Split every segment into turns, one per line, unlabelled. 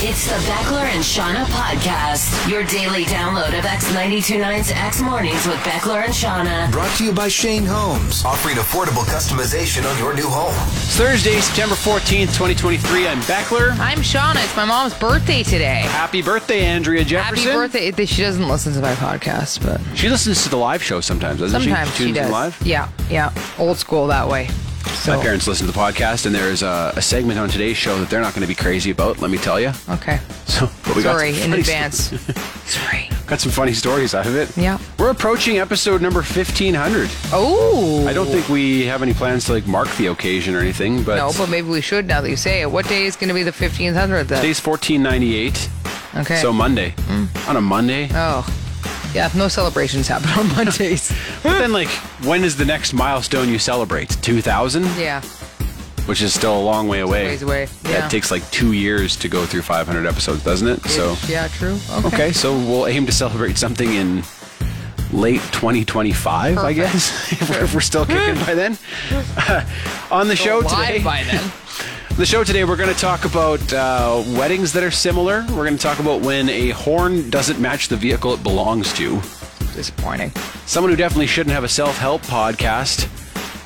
It's the Beckler and Shauna podcast, your daily download of X929's X Mornings with Beckler and Shauna.
Brought to you by Shane Holmes, offering affordable customization on your new home.
It's Thursday, September 14th, 2023. I'm Beckler.
I'm Shauna. It's my mom's birthday today.
Happy birthday, Andrea
Happy
Jefferson.
birthday. It- She doesn't listen to my podcast, but
She listens to the live show sometimes, doesn't
sometimes
she?
she,
tunes in
does.
live?
Yeah, yeah. Old school that way. So,
My parents listen to the podcast, and there is a, a segment on today's show that they're not going to be crazy about, let me tell you.
Okay.
So, but we got
Sorry
some funny-
in advance. Sorry.
Got some funny stories out of it.
Yeah.
We're approaching episode number 1500.
Oh.
I don't think we have any plans to like mark the occasion or anything, but
No, but maybe we should now that you say it. What day is going to be the 1500 then?
today's 1498.
okay. Mm.
So Monday. On a Monday.
oh. Yeah, no celebrations happen on Mondays.
But then, like, when is the next milestone you celebrate? 2000?
yeah.
which is still a long way away.
ways away, yeah.
That takes like two years to go through 500 episodes, doesn't it? So
Yeah, true. Okay.
okay, so we'll aim to celebrate something in late 2025, I guess, if we're, if we're still kicking by then. on the show
Alive
today,
by then.
the show today, we're going to talk about uh, weddings that are similar. We're going to talk about when a horn doesn't match the vehicle it belongs to.
Disappointing.
Someone who definitely shouldn't have a self-help podcast.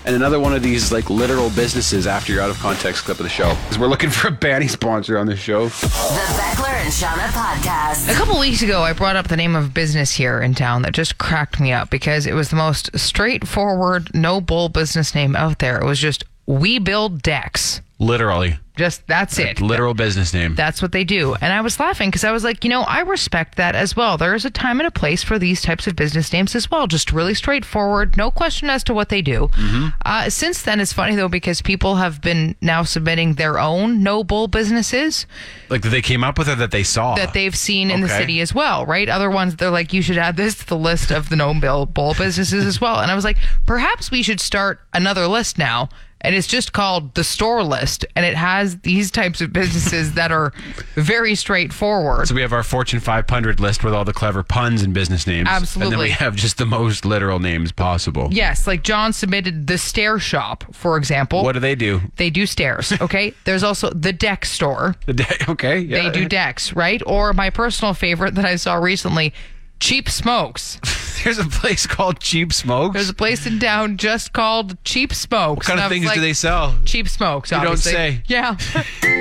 And another one of these like literal businesses after your out of context clip of the show. 'Cause We're looking for a banny sponsor on this show.
The Beckler and Shauna
A
podcast.
couple weeks ago, I brought up the name of a business here in town that just cracked me up because it was the most straightforward, no bull business name out there. It was just We Build Decks.
Literally.
Just that's it.
Literal business name.
That's what they do. And I was laughing because I was like, you know, I respect that as well. There is a time and a place for these types of business names as well. Just really straightforward, no question as to what they do.
Mm-hmm.
Uh, since then, it's funny though because people have been now submitting their own no bull businesses.
Like that they came up with or that they saw.
that they've seen in the
Okay.
city as well, right? Other ones, they're like, you should add this to the list of the known bill bowl businesses as well. And I was like, perhaps we should start another list now. And it's just called the store list. And it has these types of businesses that are very straightforward.
So we have our Fortune 500 list with all the clever puns and business names. And then
Absolutely.
we have just the most literal names possible.
Yes, like John submitted the stair shop, for example.
What do they do?
they do stairs, okay? There's also the deck store.
The day- okay.
They
Yeah.
do decks, right? Or my personal favorite that I saw recently, cheap smokes.
There's a place called Cheap Smokes.
There's a place in town just called Cheap Smokes.
what kind
And I
of
was
things
like,
do they sell?
Cheap Smokes.
don't
obviously.
say.
Yeah.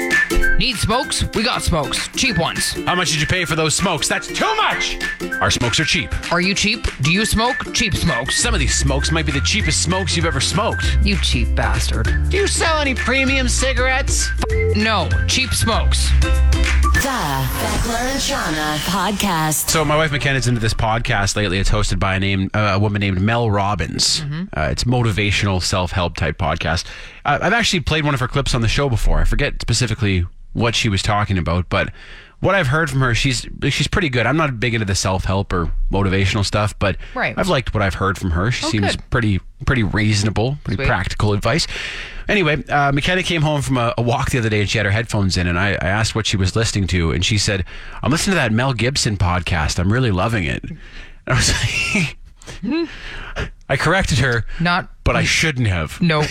Need smokes? We got smokes. Cheap ones.
How much did you pay for those smokes? That's too much. Our smokes are cheap.
Are you cheap? Do you smoke? Cheap smokes.
Some of these smokes might be the cheapest smokes you've ever smoked.
You cheap bastard.
Do you sell any premium cigarettes?
No, cheap smokes.
The Beckler and Shauna podcast.
So my wife McKenna's into this podcast lately. It's hosted by a name uh, a woman named Mel Robbins. Uh, it's motivational self help type podcast. Uh, I've actually played one of her clips on the show before. I forget specifically what she was talking about, but what I've heard from her, she's she's pretty good. I'm not big into the self help or motivational stuff, but
Right.
I've liked what I've heard from her. She seems
Oh, good.
pretty pretty reasonable, pretty
Sweet.
practical advice. Anyway, uh, McKenna came home from a, a walk the other day and she had her headphones in, and I, I asked what she was listening to, and she said, "I'm listening to that Mel Gibson podcast. I'm really loving it." And I was like, I corrected her,
Not. Mm-hmm.
but I shouldn't have.
No.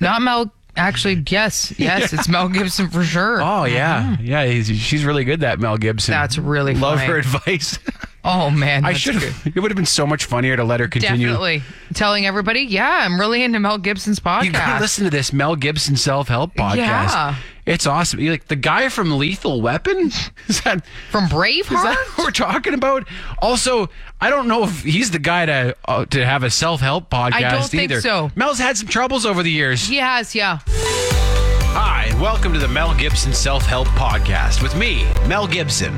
Not Mel. Actually, yes. Yes, it's Mel Gibson for sure.
Oh yeah, yeah, he's, she's really good. That Mel Gibson.
That's really
love
funny.
her advice.
Oh, man.
I
that's
should
good.
have. It would have been so much funnier to let her continue.
Definitely. Telling everybody, yeah, I'm really into Mel Gibson's podcast.
You gotta listen to this Mel Gibson self help podcast.
Yeah.
It's awesome. You're like the guy from Lethal Weapon? Is that
From
is
Braveheart?
that what we're talking about? Also, I don't know if he's the guy to uh, to have a self help podcast
don't think
either.
so.
Mel's had some troubles over the years.
He has, yeah.
Hi, and welcome to the Mel Gibson Self Help Podcast with me, Mel Gibson.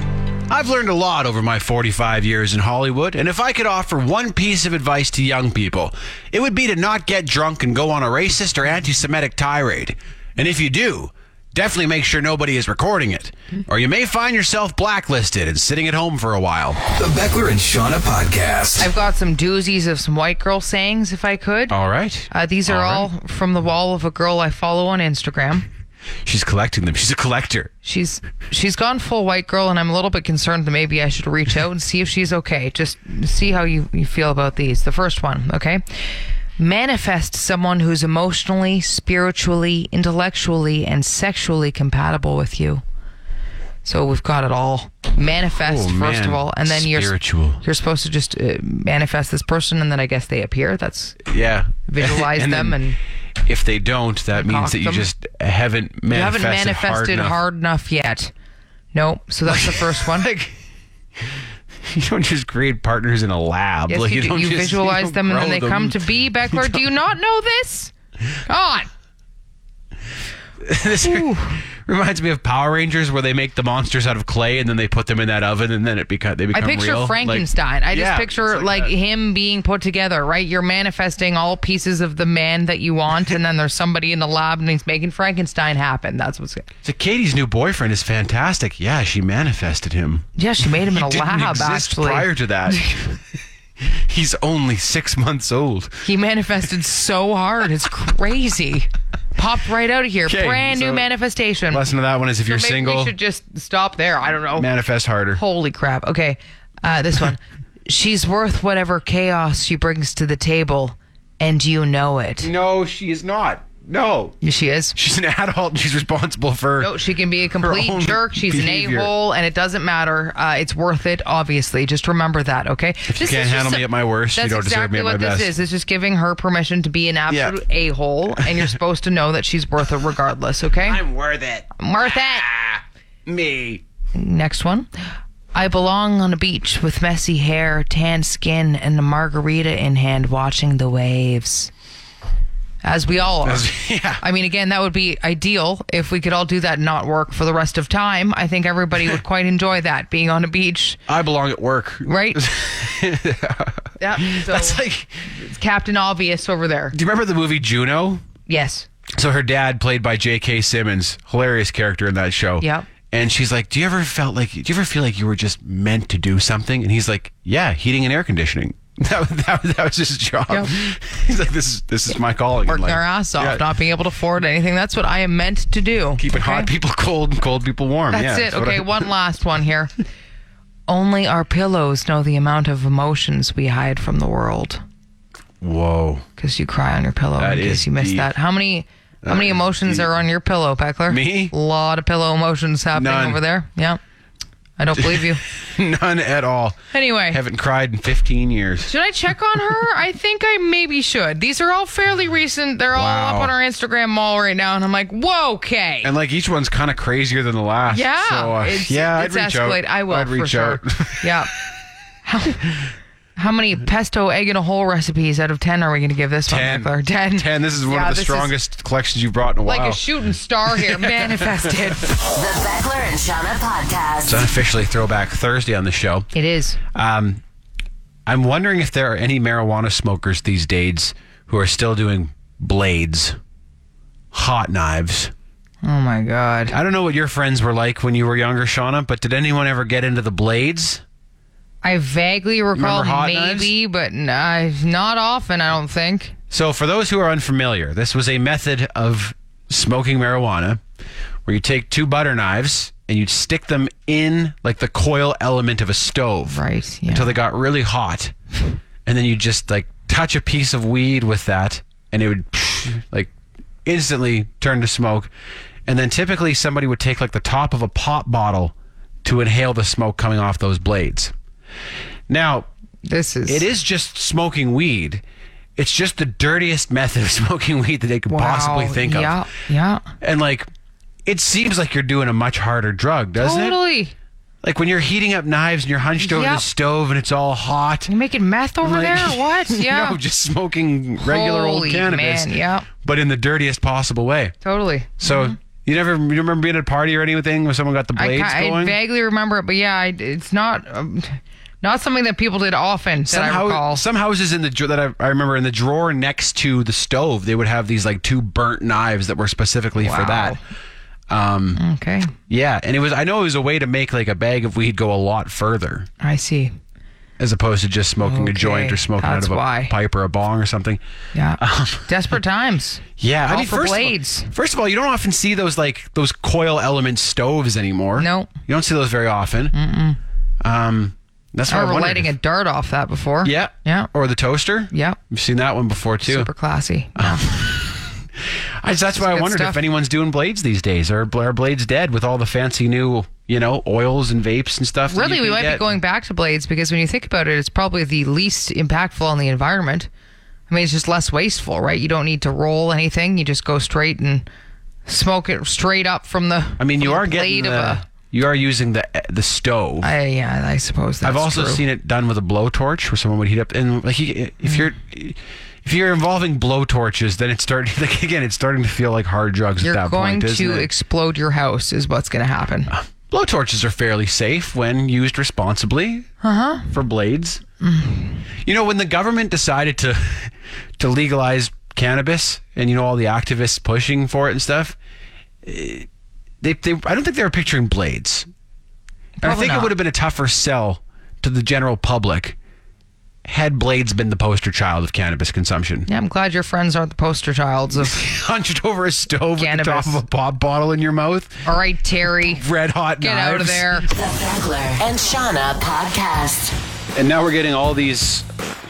I've learned a lot over my 45 years in Hollywood, and if I could offer one piece of advice to young people, it would be to not get drunk and go on a racist or anti Semitic tirade. And if you do, definitely make sure nobody is recording it, or you may find yourself blacklisted and sitting at home for a while.
The Beckler and Shauna Podcast.
I've got some doozies of some white girl sayings, if I could.
All right.
Uh, these are all from the wall of a girl I follow on Instagram.
She's collecting them. She's a collector.
She's she's gone full white girl, and I'm a little bit concerned that maybe I should reach out and see if she's okay. Just see how you, you feel about these. The first one, okay? Manifest someone who's emotionally, spiritually, intellectually, and sexually compatible with you. So we've got it all. Manifest
Oh,
first
man.
of all, and then you're
Spiritual.
you're supposed to just uh, manifest this person, and then I guess they appear. That's
Yeah.
Visualize them
then if they don't, that means
concoct
that you
them.
just haven't manifested,
you haven't manifested
enough.
hard enough, yet. Nope. So that's the first one.
You don't just create partners in a lab.
Yes,
Like,
you, do.
don't
you
just-
visualize
don't
them and then
grow
they come to be. Beckler, do you not know this? God.
this
Ooh.
reminds me of Power Rangers, where they make the monsters out of clay and then they put them in that oven and then it beca- they
I
become.
picture
real. Like-
Frankenstein. I just
Yeah,
picture
it's
like,
that.
him being put together, right? You're manifesting all pieces of the man that you want, and then there's somebody in the lab and he's making Frankenstein happen. That's what's good.
So Katie's new boyfriend is fantastic. Yeah, she manifested him.
Yeah, she made him in a
Didn't
lab,
exist
actually.
prior to that. He's only six months old.
He manifested so hard. It's crazy. Popped right out of here.
Okay,
Brand new
so-
manifestation.
Lesson of that one is if you're
Maybe
single,
We should just stop there. I don't know.
manifest harder.
Holy crap. Okay. Uh, this one. She's worth whatever chaos she brings to the table, and you know it.
No, she is not. No,
She is.
she's an adult. and She's responsible for.
No, she can be a complete
own
jerk. She's
behavior.
an a hole, and it doesn't matter. Uh, it's worth it, obviously. Just remember that, okay? If
you can't handle me at my worst, you
that's
don't deserve
exactly
me at
what
my
this
best.
is. It's just giving her permission to be an absolute a hole, and you're supposed to know that she's worth it regardless, okay? I'm worth it. Ah, Worth it.
me.
Next one. I belong on a beach with messy hair, tan skin, and a margarita in hand watching the waves. As we all are.
yeah.
I mean, again, that would be ideal if we could all do that and not work for the rest of time. I think everybody would quite enjoy that, being on a beach,
I belong at work.
right? yeah. So
That's like.
it's Captain Obvious over there.
Do you remember the movie Juno?
Yes.
So her dad, played by J.K. Simmons, hilarious character in that show.
Yep.
And she's like, "Do you ever felt like? Do you ever feel like you were just meant to do something?" And he's like, "Yeah, heating and air conditioning. That, that, that was his job.
Yep.
He's like, this is this is my calling.
Working
Like,
our ass off,
yeah,
not being able to afford anything. That's what I am meant to do.
keeping
okay?
hot people cold and cold people warm. yeah,
That's it.
what
Okay,
I-
one last one here. Only our pillows know the amount of emotions we hide from the world.
Whoa.
Because you cry on your pillow
That
in
is
case you missed
deep.
that. How many how many emotions are on your pillow, Peckler?
Me?
A lot of pillow emotions happening
None.
over there. Yeah. I don't believe you.
None at all.
Anyway.
haven't cried in 15 years.
Should I check on her? I think I maybe should. These are all fairly recent. They're all
Wow.
up on our Instagram mall right now, and I'm like, whoa, okay.
And like each one's kind of crazier than the last.
Yeah.
So, uh,
it's,
yeah,
it's
I'd reach
escalate.
out.
I will.
I'd
for
reach
sure.
out.
yeah. How, how many pesto egg in a hole recipes out of 10 are we going to give this
Ten.
one, Eckler? 10.
Ten. This is one
Yeah,
of the
this is
strongest collections you've brought in a
Like
while.
a shooting star here, manifested.
The Beckler and Shauna
It's
Podcast.
unofficially Throwback Thursday on the show.
It is.
Um, I'm wondering if there are any marijuana smokers these days who are still doing blades, hot knives.
Oh my God.
I don't know what your friends were like when you were younger, Shauna, but did anyone ever get into the blades?
I vaguely recall
Remember hot
maybe, but n- I- not often, I don't think.
So, for those who are unfamiliar, this was a method of smoking marijuana where you take two butter knives and you'd stick them in like the coil element of a stove.
Right. Yeah.
until they got really hot, and then you just like touch a piece of weed with that, and it would like instantly turn to smoke. And then typically somebody would take like the top of a pop bottle to inhale the smoke coming off those blades. Now,
this is.
it is just smoking weed. It's just the dirtiest method of smoking weed that they could
wow.
possibly think
yeah,
of.
Yeah.
And like, it seems like you're doing a much harder drug, doesn't it?
Totally.
Like when you're heating up knives and you're hunched over the
Yep.
stove and it's all hot.
You making meth over
Like-
there? or What? Yeah.
no, just smoking regular
Holy
old cannabis.
man, yeah.
But in the dirtiest possible way.
totally.
So You never you remember being at a party or anything where someone got the
I,
blades
ca- I
going?
vaguely remember it, but yeah, I, it's not um, not something that people did often that I recall.
some houses in the dr- that I, I remember in the drawer next to the stove, they would have these like two burnt knives that were specifically for that. Um,
okay,
yeah, and it was I know it was a way to make like a bag of weed go a lot further
I see.
as opposed to just smoking a joint
Okay,
or smoking out
that's
of a
why.
pipe or a bong or something.
Yeah, desperate times.
Um, Yeah, I
All
mean,
for
first
blades.
Of all, first of all, you don't often see those like those coil element stoves anymore.
No.
you don't see those very often. Mm-mm. Um, that's why
I
I
remember
wondered
lighting
if-
a dart off that before.
Yeah,
yeah,
or the toaster.
yeah.
I've seen that one before too.
Super classy.
Uh, I, that's why I
good
wondered
stuff.
if anyone's doing blades these days. Are, are blades dead with all the fancy new, you know, oils and vapes and stuff? that
Really,
you
we
can
might be
get?
going back to blades because when you think about it, it's probably the least impactful on the environment. I mean, it's just less wasteful, right? You don't need to roll anything; you just go straight and smoke it straight up from the.
I mean, you
from the
are getting
blade
the,
of a.
you are using the the stove.
I, yeah, I suppose that's
I've also
true.
seen it done with a blowtorch where someone would heat up and like he- if
Mm.
you're if you're involving blowtorches, then it's starting like again, it's starting to feel like hard drugs
You're
at that
going
point. isn't
to
it? Uh.
explode your house, is what's going to happen.
Blowtorches are fairly safe when used responsibly
Uh-huh.
for blades. You know, when the government decided to to legalize cannabis, and you know all the activists pushing for it and stuff, eh, they, they I don't think they were picturing blades. And I
Probably
think
not.
it would have been a tougher sell to the general public had blades been the poster child of cannabis consumption.
Yeah, I'm glad your friends aren't the poster childs of.
Hunched over a stove with the top
Cannabis.
of a pop bottle in your mouth,
All right, Terry,
red hot
get out of
knives.
there.
The Beckler and Shauna podcast.
And now we're getting all these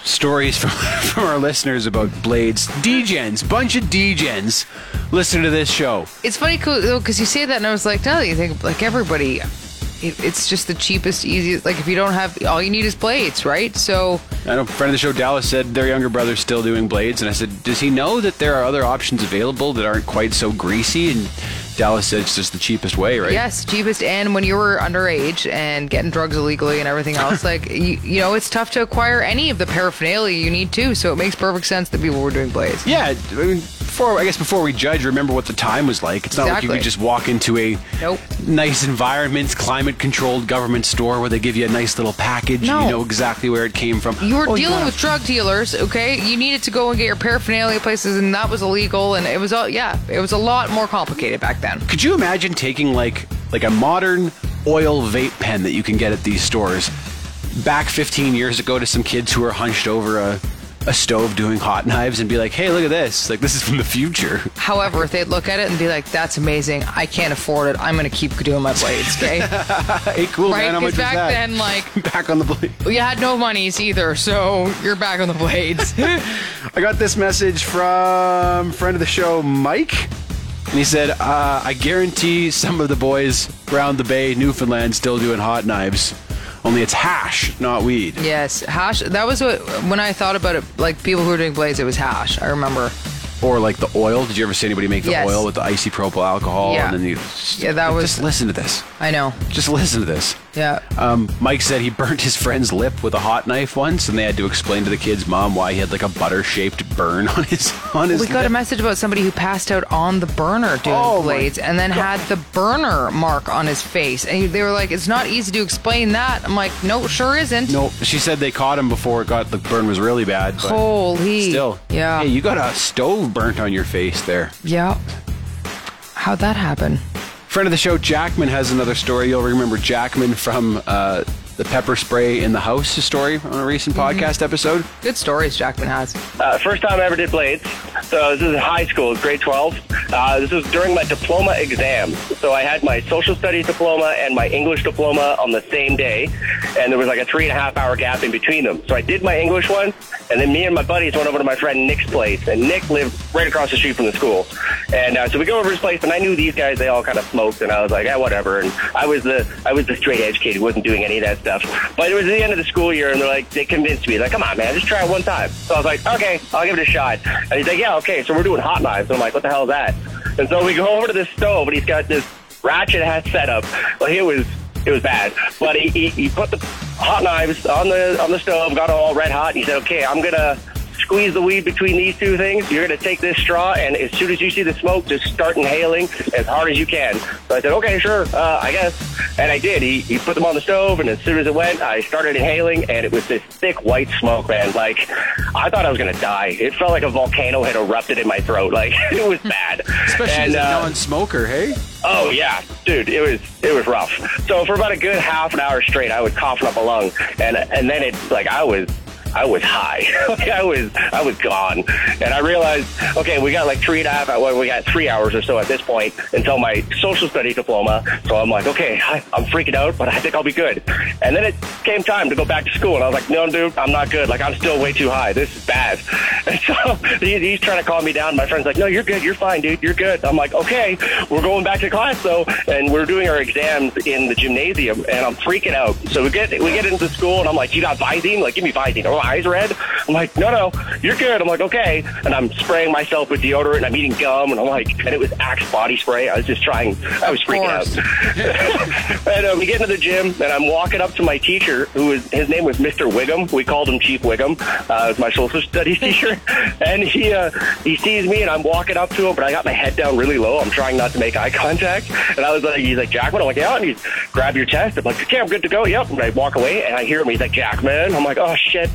stories from, from our listeners about blades. Degens, bunch of degens listen to this show.
It's funny co- though because you say that, and I was like, now that you think, like everybody, it, it's just the cheapest, easiest. Like if you don't have, all you need is blades, right? So
I know a friend of the show, Dallas, said their younger brother's still doing blades. And I said, Does he know that there are other options available that aren't quite so greasy? And Dallas said it's just the cheapest way, right?
yes, cheapest. And when you were underage and getting drugs illegally and everything else, like you, you know, it's tough to acquire any of the paraphernalia you need too. So it makes perfect sense that people were doing blades.
Yeah, I mean, before I guess before we judge, remember what the time was like. It's not like
Exactly.
you could just walk into a
Nope.
nice environment, climate-controlled government store where they give you a nice little package. and
No.
You know exactly where it came from.
You were
Oh,
dealing
gotta-
with drug dealers, okay? You needed to go and get your paraphernalia places, and that was illegal. And it was all, yeah, it was a lot more complicated back then.
Could you imagine taking like like a modern oil vape pen that you can get at these stores back 15 years ago to some kids who are hunched over a a stove doing hot knives and be like, "Hey, look at this! Like this is from the future."
However, if they'd look at it and be like, "That's amazing. I can't afford it. I'm gonna keep doing my blades." Okay,
hey, cool
right?
man. How much was
Because back
that?
then, like,
back on the blade.
you had no monies either, so you're back on the blades.
I got this message from friend of the show, Mike. And he said, uh, I guarantee some of the boys around the bay, Newfoundland, still doing hot knives. Only it's hash, not weed.
yes, hash. That was what when I thought about it. Like people who were doing blades, it was hash. I remember.
Or like the oil. Did you ever see anybody make the
Yes.
oil with the icy propyl alcohol?
Yeah.
And then you
Yeah, that was-
Just listen to this.
I know.
Just listen to this.
Yeah.
Um, Mike said he burnt his friend's lip with a hot knife once, and they had to explain to the kid's mom why he had like a butter-shaped burn on his on his.
We got a
lip.
message about somebody who passed out on the burner doing
Oh my
blades and then had the burner mark on his face. And they were like, it's not easy to explain that. I'm like, no, it sure isn't.
No, she said they caught him before it got the burn was really bad. But
Holy.
Still,
Yeah.
Hey, you got a stove burnt on your face there.
Yeah. How'd that happen?
Friend of the show, Jackman has another story. You'll remember Jackman from uh, the pepper spray in the house story on a recent
Mm-hmm.
podcast episode.
Good stories Jackman has.
Uh, first time I ever did blades. So this is high school, grade 12. Uh, this was during my diploma exam. So I had my social studies diploma and my English diploma on the same day. And there was like a three and a half hour gap in between them. So I did my English one. And then me and my buddies went over to my friend Nick's place. And Nick lived right across the street from the school. And uh, so we go over to his place. And I knew these guys, they all kind of smoked. And I was like, yeah, whatever. And I was the, I was the straight edge kid who wasn't doing any of that stuff. But it was the end of the school year. And they're like, they convinced me, like, come on, man, just try it one time. So I was like, okay, I'll give it a shot. And he's like, yeah, okay. So we're doing hot knives. And I'm like, what the hell is that? And so we go over to this stove, and he's got this ratchet hat setup. Like it was, it was bad. But he, he, he put the hot knives on the on the stove, got it all red hot. And he said, okay, I'm gonna squeeze the weed between these two things. You're going to take this straw, and as soon as you see the smoke, just start inhaling as hard as you can. So I said, okay, sure, uh, I guess. And I did. He, he put them on the stove, and as soon as it went, I started inhaling, and it was this thick white smoke, man. Like, I thought I was going to die. It felt like a volcano had erupted in my throat. Like, it was bad.
Especially
And,
as a
uh,
non-smoker, hey?
Oh yeah, dude, it was it was rough. So for about a good half an hour straight, I was coughing up a lung, and and then it like I was. I was high. Like, I was I was gone, and I realized okay, we got like three and a half. Well, we got three hours or so at this point until my social studies diploma. So I'm like, okay, I, I'm freaking out, but I think I'll be good. And then it came time to go back to school, and I was like, no, dude, I'm not good. Like I'm still way too high. This is bad. And so he, he's trying to calm me down. My friend's like, no, you're good. You're fine, dude. You're good. I'm like, okay, we're going back to class though, and we're doing our exams in the gymnasium, and I'm freaking out. So we get we get into school, and I'm like, you got Visine? Like, give me Visine. Are my eyes red? I'm like, no, no, you're good. I'm like, okay, and I'm spraying myself with deodorant, and I'm eating gum, and I'm like, and it was Axe body spray. I was just trying. I was freaking out. and uh, we get into the gym, and I'm walking up to my teacher, who is his name was Mr. Wiggum. We called him Chief Wiggum. Uh, it was my social studies teacher, and he uh, he sees me, and I'm walking up to him, but I got my head down really low. I'm trying not to make eye contact, and I was like, he's like Jackman. I'm like, yeah, and he's grab your chest. I'm like, okay, I'm good to go. Yep. And I walk away, and I hear him. He's like, Jackman. I'm like, oh shit,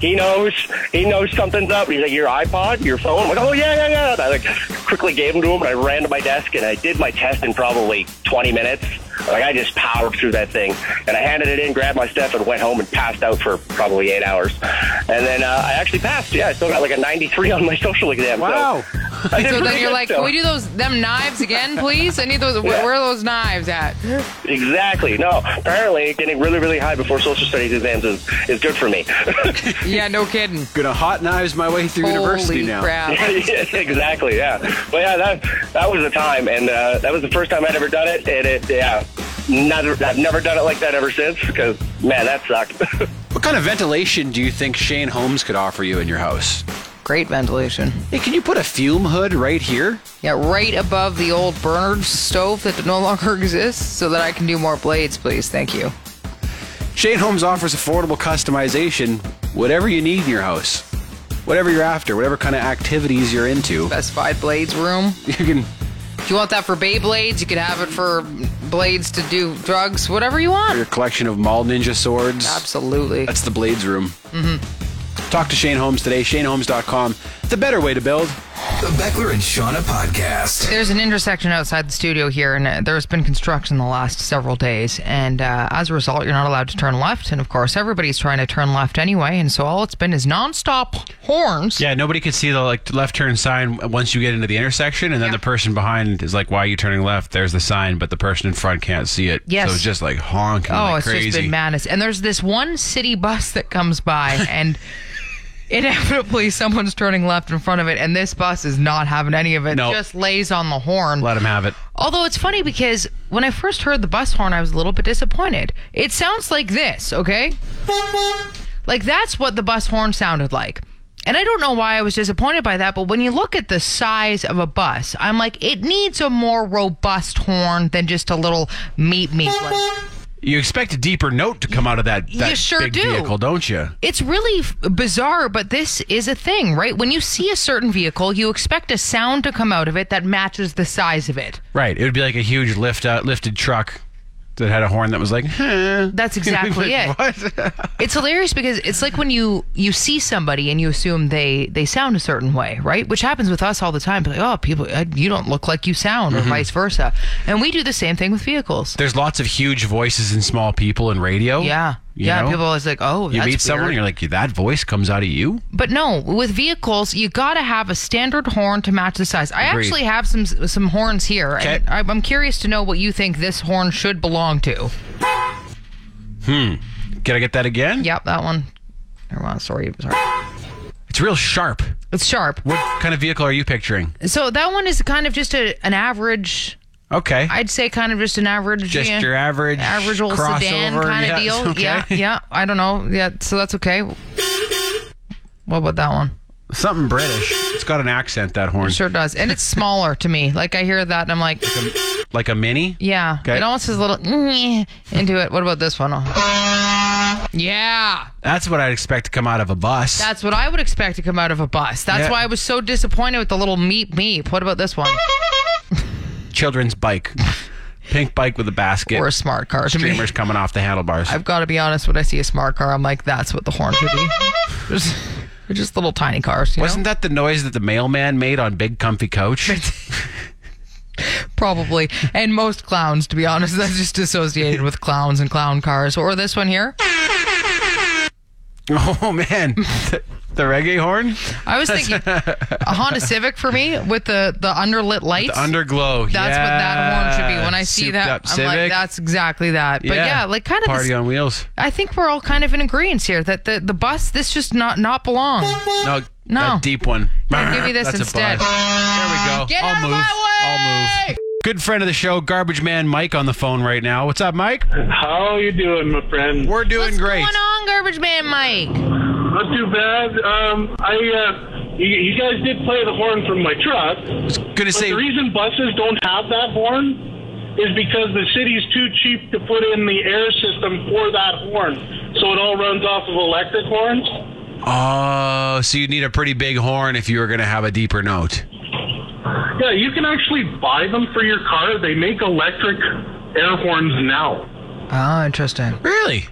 he knows, he knows something's up. He's like, your iPod, your phone. I'm like, oh yeah, yeah, yeah. And I like quickly gave him to him, and I ran to my desk, and I did my test in probably 20 minutes. Like I just powered through that thing, and I handed it in, grabbed my stuff, and went home and passed out for probably eight hours. And then uh, I actually passed. Yeah, I still got like a 93 on my social exam.
Wow.
So, I
So
did pretty
then you're
good
like,
still.
can we do those them knives again, please? I need those.
Yeah.
Where, where are those knives at?
exactly. No, apparently getting really, really high before social studies exams is, is good for me.
Yeah, no kidding.
Gonna hot knives my way through university
Holy
now.
crap!
exactly. Yeah. But yeah, that that was the time, and uh, that was the first time I'd ever done it, and it yeah, never, I've never done it like that ever since. Because man, that sucked.
What kind of ventilation do you think Shane Holmes could offer you in your house?
Great ventilation.
Hey, can you put a fume hood right here?
Yeah, right above the old burner stove that no longer exists, so that I can do more blades, please. Thank you.
Shane Holmes offers affordable customization, whatever you need in your house. Whatever you're after, whatever kind of activities you're into,
Specified blades room.
you can
If you want that for Beyblades, you could have it for blades to do drugs, whatever you want.
your collection of mall ninja swords.
Absolutely.
That's the Blades Room. Mm-hmm. Talk to Shane Holmes today, shaneholmes.com. The better way to build.
The Beckler and Shauna Podcast.
There's an intersection outside the studio here, and uh, there's been construction the last several days. And uh, as a result, you're not allowed to turn left. And of course, everybody's trying to turn left anyway. And so all it's been is nonstop horns.
Yeah, nobody could see the like left turn sign once you get into the intersection, and then the person behind is like, "Why are you turning left?" There's the sign, but the person in front can't see it.
Yes.
so it's just like honking.
Oh,
like
it's
crazy.
just been madness. And there's this one city bus that comes by, and inevitably someone's turning left in front of it, and this bus is not having any of it.
No.
Just lays on the horn.
Let him have it.
Although it's funny because when I first heard the bus horn, I was a little bit disappointed. It sounds like this, okay? Like that's what the bus horn sounded like. And I don't know why I was disappointed by that, but when you look at the size of a bus, I'm like, it needs a more robust horn than just a little meat meat. Like,
You expect a deeper note to come out of that, that
sure
big
do.
vehicle, don't you?
it's really f- bizarre, but this is a thing, right? When you see a certain vehicle, you expect a sound to come out of it that matches the size of it.
Right. It would be like a huge lift uh, lifted truck that had a horn that was like, huh.
That's exactly it.
Like, What?
It's hilarious because it's like when you you see somebody and you assume they they sound a certain way, right? Which happens with us all the time. Like, oh, people, uh, you don't look like you sound,
Mm-hmm.
or vice versa. And we do the same thing with vehicles.
There's lots of huge voices and small people in radio.
yeah,
You
yeah.
know?
People always like, oh,
You
that's
meet someone,
weird.
and you're like, that voice comes out of you.
But no, with vehicles, you gotta have a standard horn to match the size. I
Agreed.
actually have some some horns here,
Okay.
and I, I'm curious to know what you think this horn should belong to.
Can I get that again?
Yep, that one. Never mind. Sorry, sorry.
It's real sharp.
It's sharp.
What kind of vehicle are you picturing?
So that one is kind of just a, an average.
Okay.
I'd say kind of just an average,
Just
yeah,
your average
average old sedan
crossover,
kind
yeah,
of deal.
okay.
Yeah, yeah. I don't know. Yeah, so that's okay. What about that one?
Something British. It's got an accent, that horn.
Sure does, and it's smaller to me. Like I hear that, and I'm like,
Like a mini?
yeah.
Okay.
It almost has a little into it. What about this one? Oh. Yeah.
That's what I'd expect to come out of a bus.
That's what I would expect to come out of a bus. That's
Yeah.
why I was so disappointed with the little meep meep. What about this one?
Children's bike. Pink bike with a basket.
Or a smart car to me.
Streamers coming off the handlebars.
I've got to be honest. When I see a smart car, I'm like, that's what the horn should be. Just- They're just little tiny cars. You
Wasn't
know?
that the noise that the mailman made on Big Comfy Coach?
probably? And most clowns, to be honest, that's just associated with clowns and clown cars. Or this one here.
oh, man. The, the reggae horn?
I was thinking a Honda Civic for me with the the underlit lights.
The underglow.
that's what that horn should be. When I
Yes.
see
Souped
that,
up
I'm like,
Civic.
that's exactly that. But yeah, like kind of the
Party on wheels.
I think we're all kind of in agreement here that the, the bus this just not not belong.
No,
No.
that deep one.
Yeah, give me this
That's
instead.
A buzz. there we go.
Get
I'll
out of
move.
my way!
I'll move. Good friend of the show, Garbage Man Mike, on the phone right now. What's up, Mike?
How you doing, my friend?
We're doing
What's
great.
going on, garbage man Mike?
Not too bad. Um, I uh, you, you guys did play the horn from my truck, but
Gonna say
the reason buses don't have that horn is because the city's too cheap to put in the air system for that horn, so it all runs off of electric horns.
Oh, so you need a pretty big horn if you were going to have a deeper note.
Yeah, you can actually buy them for your car. They make electric air horns now.
Oh, interesting.
Really?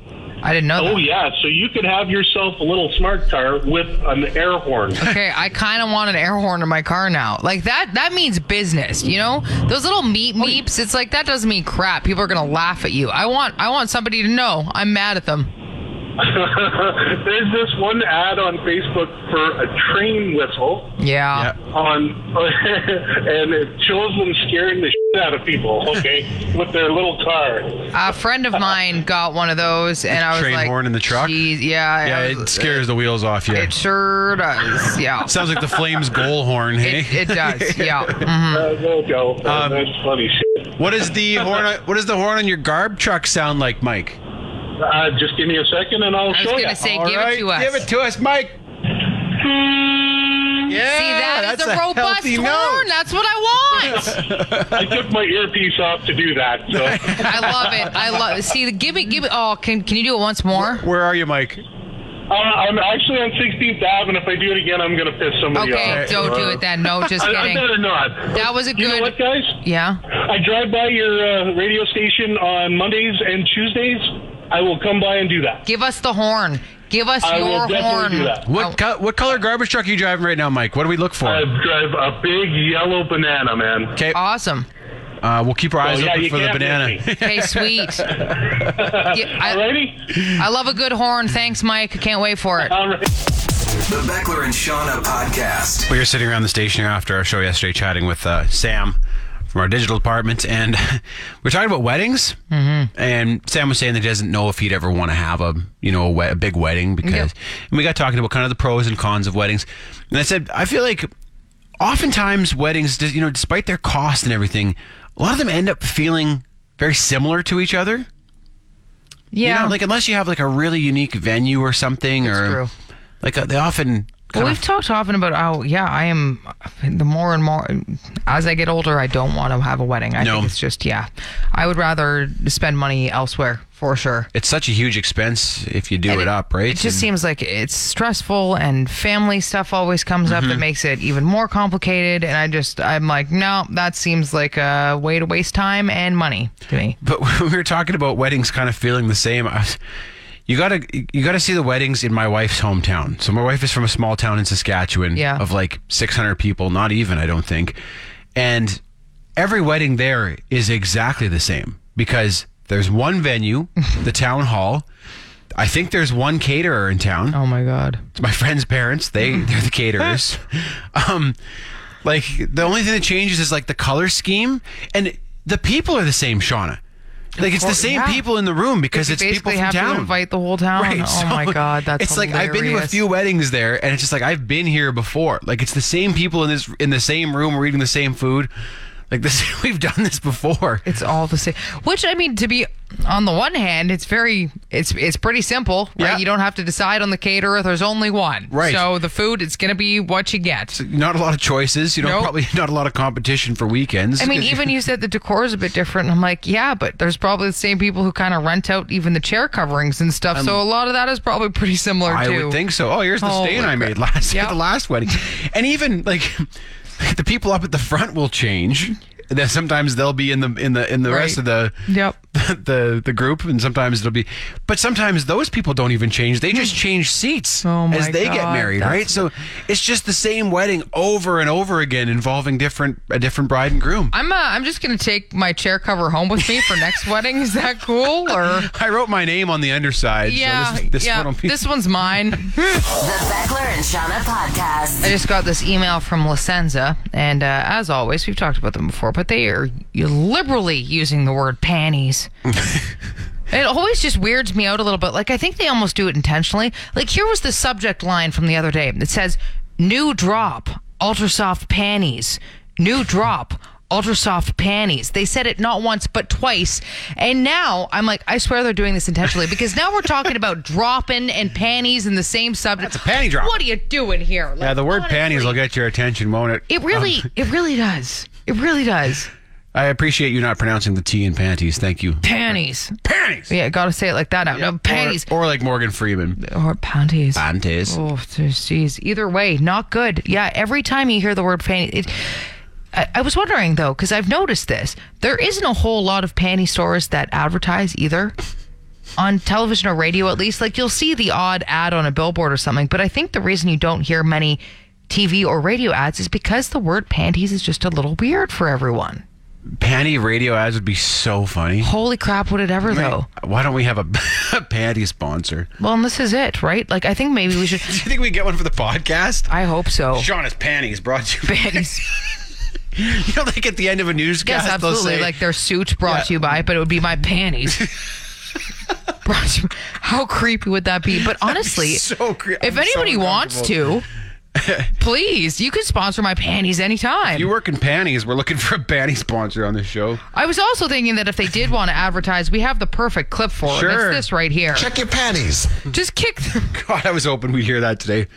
I didn't know.
Oh
that.
yeah, so you could have yourself a little smart car with an air horn.
Okay, I kind of want an air horn in my car now. Like that that means business, you know? Those little meep meeps, it's like that doesn't mean crap. People are going to laugh at you. I want I want somebody to know I'm mad at them.
There's this one ad on Facebook for a train whistle
Yeah.
on, and it shows them scaring the shit out of people. Okay, with their little car.
A friend of mine got one of those and I was
train
like
horn in the truck?
"Geez, yeah.
Yeah,
I
it
was-
scares the wheels off you.
it sure does. Yeah.
Sounds like the Flames goal horn, hey?
It, it does. Yeah. Mhm.
Uh, there you go. Uh,
Um,
that's funny shit.
what is the horn what does the horn on your garb truck sound like, Mike?
Uh, just give me a second, and I'll
I was
show
going
you.
to say
All
give
right,
it to us. Hmm.
Give it to us, Mike. Yeah,
See, that is
that's
a, robust
healthy
horn.
note.
That's what I want.
I took my earpiece off to do that. So
I love it. I love. See, the- give me, give me. Oh, can can you do it once more?
Where are you, Mike?
uh, I'm actually on 16th Ave, and if I do it again, I'm gonna piss somebody
Okay,
off.
don't do
Uh,
it then. No, just
I, I
kidding.
better not.
That was a
You know
good-
what, guys?
Yeah.
I drive by your uh, radio station on Mondays and Tuesdays. I will come by and do that.
Give us the horn. Give us
I will
your
definitely
horn.
do that.
Oh.
What co- what color garbage truck are you driving right now, Mike? What do we look for?
I drive a big yellow banana, man.
Okay, uh,
Awesome.
we'll keep our eyes
Oh, yeah,
open
you
for the
can't miss
banana.
me.
Okay, sweet. Yeah, I,
Alrighty? Um,
I love a good horn. Thanks, Mike. I can't wait for it.
Alright.
The Beckler and Shauna podcast.
We were sitting around the station here after our show yesterday, chatting with uh, Sam from our digital department, and we were talking about weddings. Mm-hmm. And Sam was saying that he doesn't know if he'd ever want to have a you know a, we- a big wedding because. And we got talking about kind of the pros and cons of weddings, and I said I feel like oftentimes weddings, you know, despite their cost and everything, a lot of them end up feeling very similar to each other. You
Yeah.
know, like unless you have like a really unique venue or something, or
true.
like uh, they often.
Well,
kind
we've
of-
talked often about how, yeah, I am. The more and more, as I get older, I don't want to have a wedding. I
No.
think it's just, yeah, I would rather spend money elsewhere for sure.
it's such a huge expense if you do it,
And
up, right?
It just
And-
seems like it's stressful, and family stuff always comes up
Mm-hmm.
that makes it even more complicated. And I just, I'm like, no, that seems like a way to waste time and money to me.
but we were talking about weddings kind of feeling the same. I was- you gotta you gotta see the weddings in my wife's hometown. So my wife is from a small town in Saskatchewan
Yeah.
of like 600 people, not even I don't think, and every wedding there is exactly the same because there's one venue, the town hall. I think there's one caterer in town.
Oh my god.
It's my friend's parents. They
Mm-hmm.
they're the caterers. um, like the only thing that changes is like the color scheme, and the people are the same, Shauna. Like it's the
course,
same
yeah.
people in the room because
You
it's people
basically
from
have
town.
to invite the whole town.
Right,
oh
so
my god, that's
it's like I've been to a
hilarious.
few weddings there, and it's just like I've been here before. Like it's the same people in this in the same room. We're eating the same food. Like this, we've done this before.
It's all the same. Which I mean, to be on the one hand, it's very it's it's pretty simple, right?
Yeah.
You don't have to decide on the caterer. There's only one,
Right.
So the food, it's going to be what you get.
Not a lot of choices. You know,
Nope.
probably not a lot of competition for weekends.
I mean, even you said the decor is a bit different. I'm like, yeah, but there's probably the same people who kind of rent out even the chair coverings and stuff. so a lot of that is probably pretty similar
Um, I
too.
would think so. Oh, here's the
Holy
stain I
crap.
made last
Yep.
at the last wedding, and even like the people up at the front will change. And Then sometimes they'll be in the in the in the rest
Right.
of the
Yep.
the the group, and sometimes it'll be. But sometimes those people don't even change; they just change seats
Hmm. Oh my
as they get
God,
married,
that's-
right? So it's just the same wedding over and over again, involving different a different bride and groom.
I'm uh, I'm just gonna take my chair cover home with me for next wedding. Is that cool? Or
I wrote my name on the underside.
yeah,
so this, this
yeah,
one will be
this one's mine.
The Beckler and Shauna podcast.
I just got this email from Licenza, and uh, as always, we've talked about them before, but they are liberally using the word panties. it always just weirds me out a little bit. Like, I think they almost do it intentionally. Like, here was the subject line from the other day it says, New drop, ultra soft panties. New drop. Ultra soft panties. They said it not once but twice, and now I'm like, I swear they're doing this intentionally because now we're talking about dropping and panties in the same subject.
That's a panty drop.
What are you doing here?
yeah. The word
honestly,
panties will get your attention, won't it?
Oh, It really, it really does. It really does.
I appreciate you not pronouncing the T in panties. Thank you.
Panties.
Panties.
Yeah, gotta say it like that now. No, Uh, panties.
Or, or like Morgan Freeman.
Or, panties.
Panties.
Oh, jeez. Either way, not good. Yeah, every time you hear the word panty, it, I, I was wondering though, because I've noticed this. There isn't a whole lot of panty stores that advertise either. On television or radio, at least, like you'll see the odd ad on a billboard or something. But I think the reason you don't hear many TV or radio ads is because the word panties is just a little weird for everyone.
Panty radio ads would be so funny.
Holy crap, would it ever though?
Why don't we have a, a panty sponsor?
Well, and this is it, right? Like, I think maybe we should.
Do you think we get one for the podcast?
I hope so.
Sean is panties brought to you.
Panties.
You know, like at the end of a newscast,
Yes, absolutely.
they'll say,
Like their suit brought to you by, but it would be my panties. brought you. How creepy would that be? But honestly,
so cre- I'm
if
so
anybody wants to, please, you can sponsor my panties anytime.
you work in panties. We're looking for a panty sponsor on this show.
I was also thinking that if they did want to advertise, we have the perfect clip for it.
Sure.
It's this right here.
Check your panties.
Just kick. The-
God, I was hoping we'd hear that today.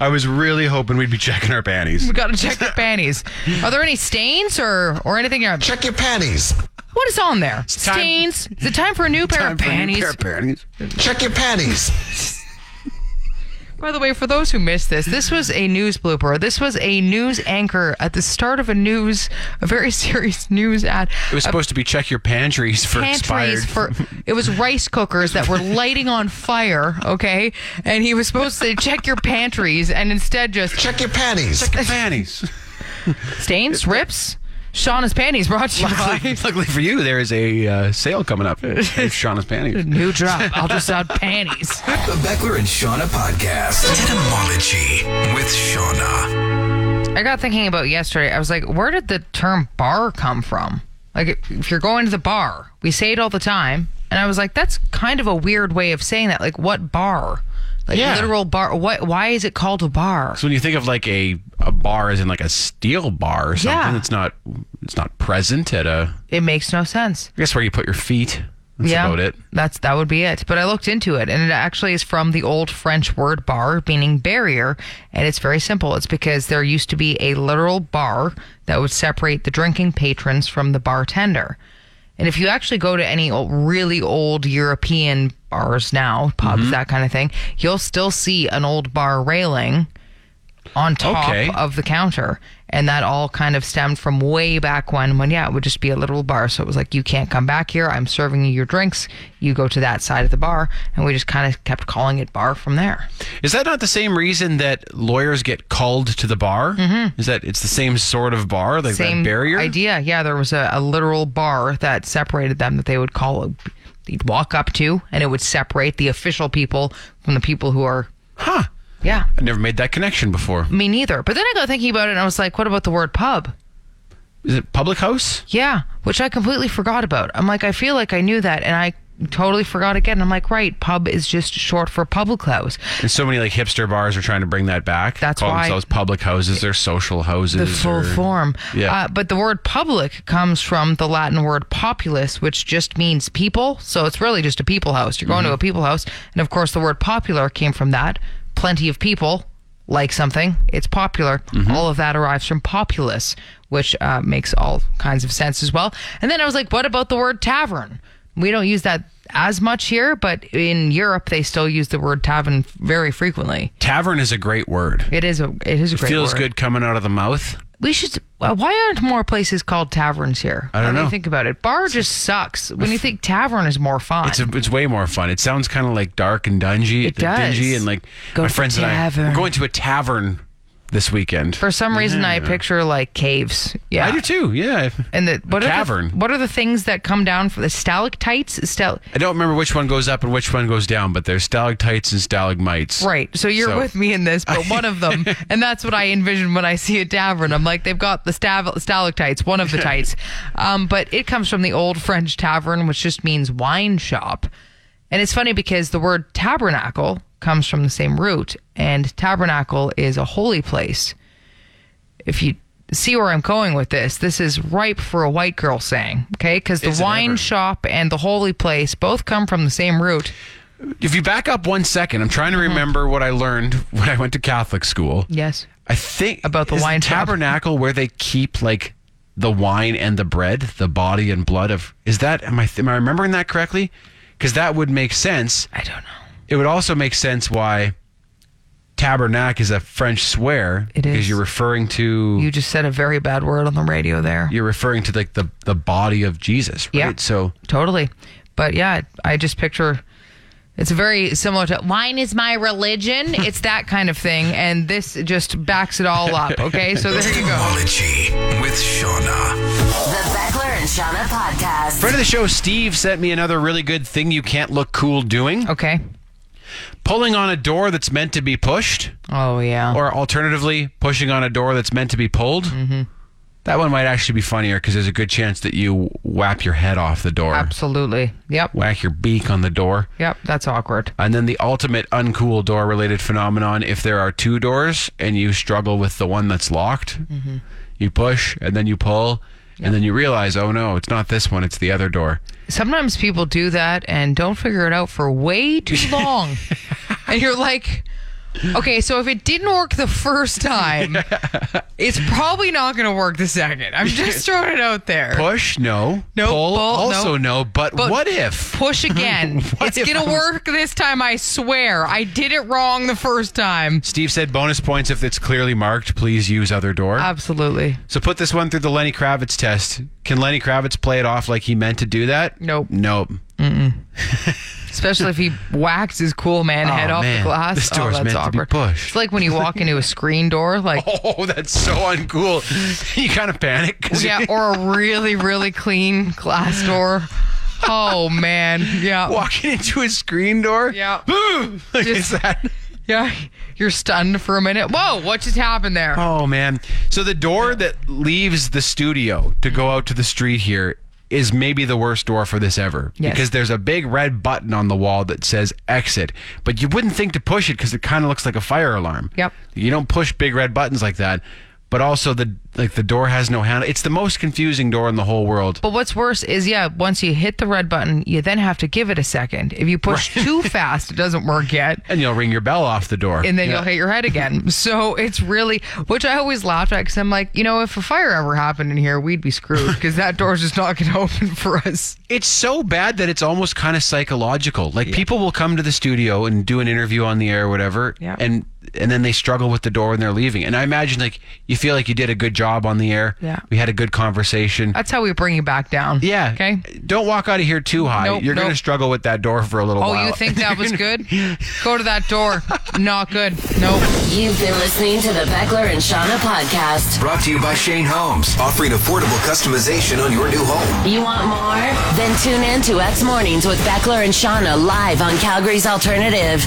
I was really hoping we'd be checking our panties.
we got to check the panties. Are there any stains or or anything?
Check your panties.
What is on there?
time-
Stains. Is it time for a new pair
Time
of
for a new
panties?
pair of panties.
Check your panties.
By the way, for those who missed this, this was a news blooper. This was a news anchor at the start of a news, a very serious news ad.
It was supposed to be check your pantries for
Pantries
expired.
for it was rice cookers that were lighting on fire. Okay, and he was supposed to check your pantries, and instead just
Check your panties.
check your panties.
stains, rips. Shauna's panties brought to you by
Luckily, luckily for you, there is a uh, sale coming up. at Shauna's Panties.
New Drop. I'll just out panties.
The Beckler and Shauna podcast. Etymology with Shauna.
I got thinking about yesterday. I was like, where did the term bar come from? Like, if you're going to the bar, we say it all the time. And I was like, that's kind of a weird way of saying that. Like, what bar? Like,
Yeah.
literal bar. What? Why is it called a bar?
So when you think of like a, a bar as in like a steel bar or something,
Yeah.
it's not it's not present at a.
It makes no sense.
I guess where you put your feet. That's about it.
That's that would be it. But I looked into it, and it actually is from the old French word "bar," meaning barrier, and it's very simple. It's because there used to be a literal bar that would separate the drinking patrons from the bartender. And if you actually go to any old, really old European bars now, pubs,
Mm-hmm.
that kind of thing, you'll still see an old bar railing on top
Okay.
of the counter. And that all kind of stemmed from way back when, when, yeah, it would just be a literal bar. So it was like, you can't come back here. I'm serving you your drinks. You go to that side of the bar. And we just kind of kept calling it bar from there.
Is that not the same reason that lawyers get called to the bar? Mm-hmm. Is that it's the same sort of bar, like
Same
that barrier?
idea. Yeah, there was a, a literal bar that separated them that they would call, a, you'd walk up to, and it would separate the official people from the people who are,
Huh.
yeah.
I never made that connection before.
Me neither. But then I got thinking about it and I was like, what about the word pub?
Is it public house?
Yeah, which I completely forgot about. I'm like, I feel like I knew that, and I totally forgot again. I'm like, right, pub is just short for public house.
And so many like hipster bars are trying to bring that back.
That's
call
why-
themselves public houses or social houses.
the full
or-
form.
Yeah.
Uh, but the word public comes from the Latin word populus, which just means people. So it's really just a people house. You're going
Mm-hmm.
to a people house. And of course, the word popular came from that. Plenty of people like something, it's popular.
Mm-hmm.
All of that arrives from populus, which uh, makes all kinds of sense as well. And then I was like, what about the word tavern? We don't use that as much here, but in Europe, they still use the word tavern very frequently.
Tavern is a great word.
It is a it is a great
Feels
word.
good coming out of the mouth.
We should. uh, Why aren't more places called taverns here?
I don't
When you
know.
think about it, bar just sucks. When you think tavern is more fun.
It's, a, it's way more fun. It sounds kind of like dark and dungy.
It does.
Dingy and like
Go
my
to
friends and I.
tavern.
We're going to a tavern this weekend.
For some reason, I picture like caves. Yeah,
I do too. Yeah.
And the what are
cavern.
The, what are the things that come down for the stalactites? Stal-
I don't remember which one goes up and which one goes down, but there's stalactites and stalagmites.
Right. So you're with me in this, but one of them, and that's what I envision when I see a tavern. I'm like, they've got the stav- stalactites, one of the tites. Um, but it comes from the old French tavern, which just means wine shop. And it's funny because the word tabernacle comes from the same root, and tabernacle is a holy place. If you see where I'm going with this, this is ripe for a white girl saying, okay? Because the
Is it
wine
ever?
shop and the holy place both come from the same root.
If you back up one second, I'm trying to
Mm-hmm.
remember what I learned when I went to Catholic school.
Yes.
I think
About the
is
wine shop.
tabernacle where they keep like the wine and the bread, the body and blood of. Is that am I am I remembering that correctly? Because that would make sense.
I don't know.
It would also make sense why tabernacle is a French swear
It
because
is.
you're referring to
You just said a very bad word on the radio there.
you're referring to like the the body of Jesus, right?
Yeah.
So
Totally. But yeah, I just picture it's very similar to wine is my religion. it's that kind of thing. And this just backs it all up. Okay. So there you go.
Etymology with Shauna.
The Beckler and Shauna Podcast.
friend of the show Steve sent me another really good thing you can't look cool doing.
Okay.
Pulling on a door that's meant to be pushed.
Oh, yeah.
or alternatively, pushing on a door that's meant to be pulled.
Mm-hmm.
That one might actually be funnier because there's a good chance that you whap your head off the door,
Absolutely. Yep.
whack your beak on the door.
Yep. That's awkward.
And then the ultimate uncool door related phenomenon if there are two doors and you struggle with the one that's locked,
Mm-hmm.
you push and then you pull, and then you realize, oh no, it's not this one, it's the other door.
Sometimes people do that and don't figure it out for way too long. and you're like, okay, so if it didn't work the first time, it's probably not going to work the second. I'm just throwing it out there.
Push, no.
Oh, No,
pull,
pull,
also no. but,
But-
what if?
push again.
What
it's
if
gonna
I'm-
work this time, I swear. I did it wrong the first time.
Steve said bonus points if it's clearly marked, please use other door.
Uh, Absolutely.
So put this one through the Lenny Kravitz test. Can Lenny Kravitz play it off like he meant to do that?
Nope.
Nope.
Especially if he whacks his cool man head off
man.
the glass.
This door's
oh, that's
meant to be
awkward.
pushed.
It's like when you walk into a screen door, like
Oh, that's so uncool. you kind of panic. 'cause
yeah,
you
or a really, really clean glass door. Oh man. Yeah.
walking into a screen door.
Yeah.
like, is
Just-
that?
Yeah. You're stunned for a minute. Whoa, what just happened there?
Oh man. So the door that leaves the studio to go out to the street here is maybe the worst door for this ever
Yes.
because there's a big red button on the wall that says exit, but you wouldn't think to push it because it kind of looks like a fire alarm.
Yep.
You don't push big red buttons like that. But also the like the door has no handle. It's the most confusing door in the whole world.
But what's worse is, yeah, once you hit the red button, you then have to give it a second. If you push too fast, it doesn't work yet.
And you'll ring your bell off the door.
and then
Yeah.
you'll hit your head again. So it's really, which I always laughed at because I'm like, you know, if a fire ever happened in here, we'd be screwed because that door's just not going to open for us.
it's so bad that it's almost kind of psychological. Like people will come to the studio and do an interview on the air or whatever,
Yeah.
and and then they struggle with the door when they're leaving. And I imagine like you feel like you did a good job on the air.
Yeah.
we had a good conversation.
That's how we bring you back down.
yeah.
Okay.
Don't walk out of here too high.
Nope,
You're going
nope.
to struggle with that door for a little
Oh,
while.
you think that was good? Go to that door. Not good. Nope.
You've been listening to the Beckler and Shauna Podcast.
Brought to you by Shane Homes, offering affordable customization on your new home.
You want more? Then tune in to X Mornings with Beckler and Shauna live on Calgary's Alternative,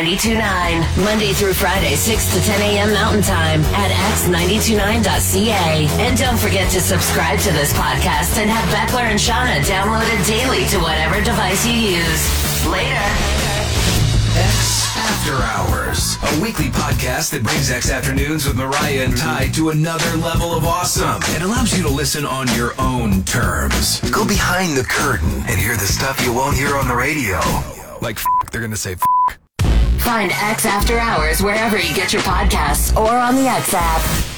X929. Monday through Friday, 6 to 10 a.m. Mountain Time at x929.ca. And don't forget to subscribe to this podcast and have Beckler and Shauna downloaded daily to whatever device you use. Later.
X After Hours, a weekly podcast that brings X Afternoons with Mariah and Ty to another level of awesome and allows you to listen on your own terms. Go behind the curtain and hear the stuff you won't hear on the radio. Like, f- they're going to say, f-
Find X After Hours wherever you get your podcasts or on the X app.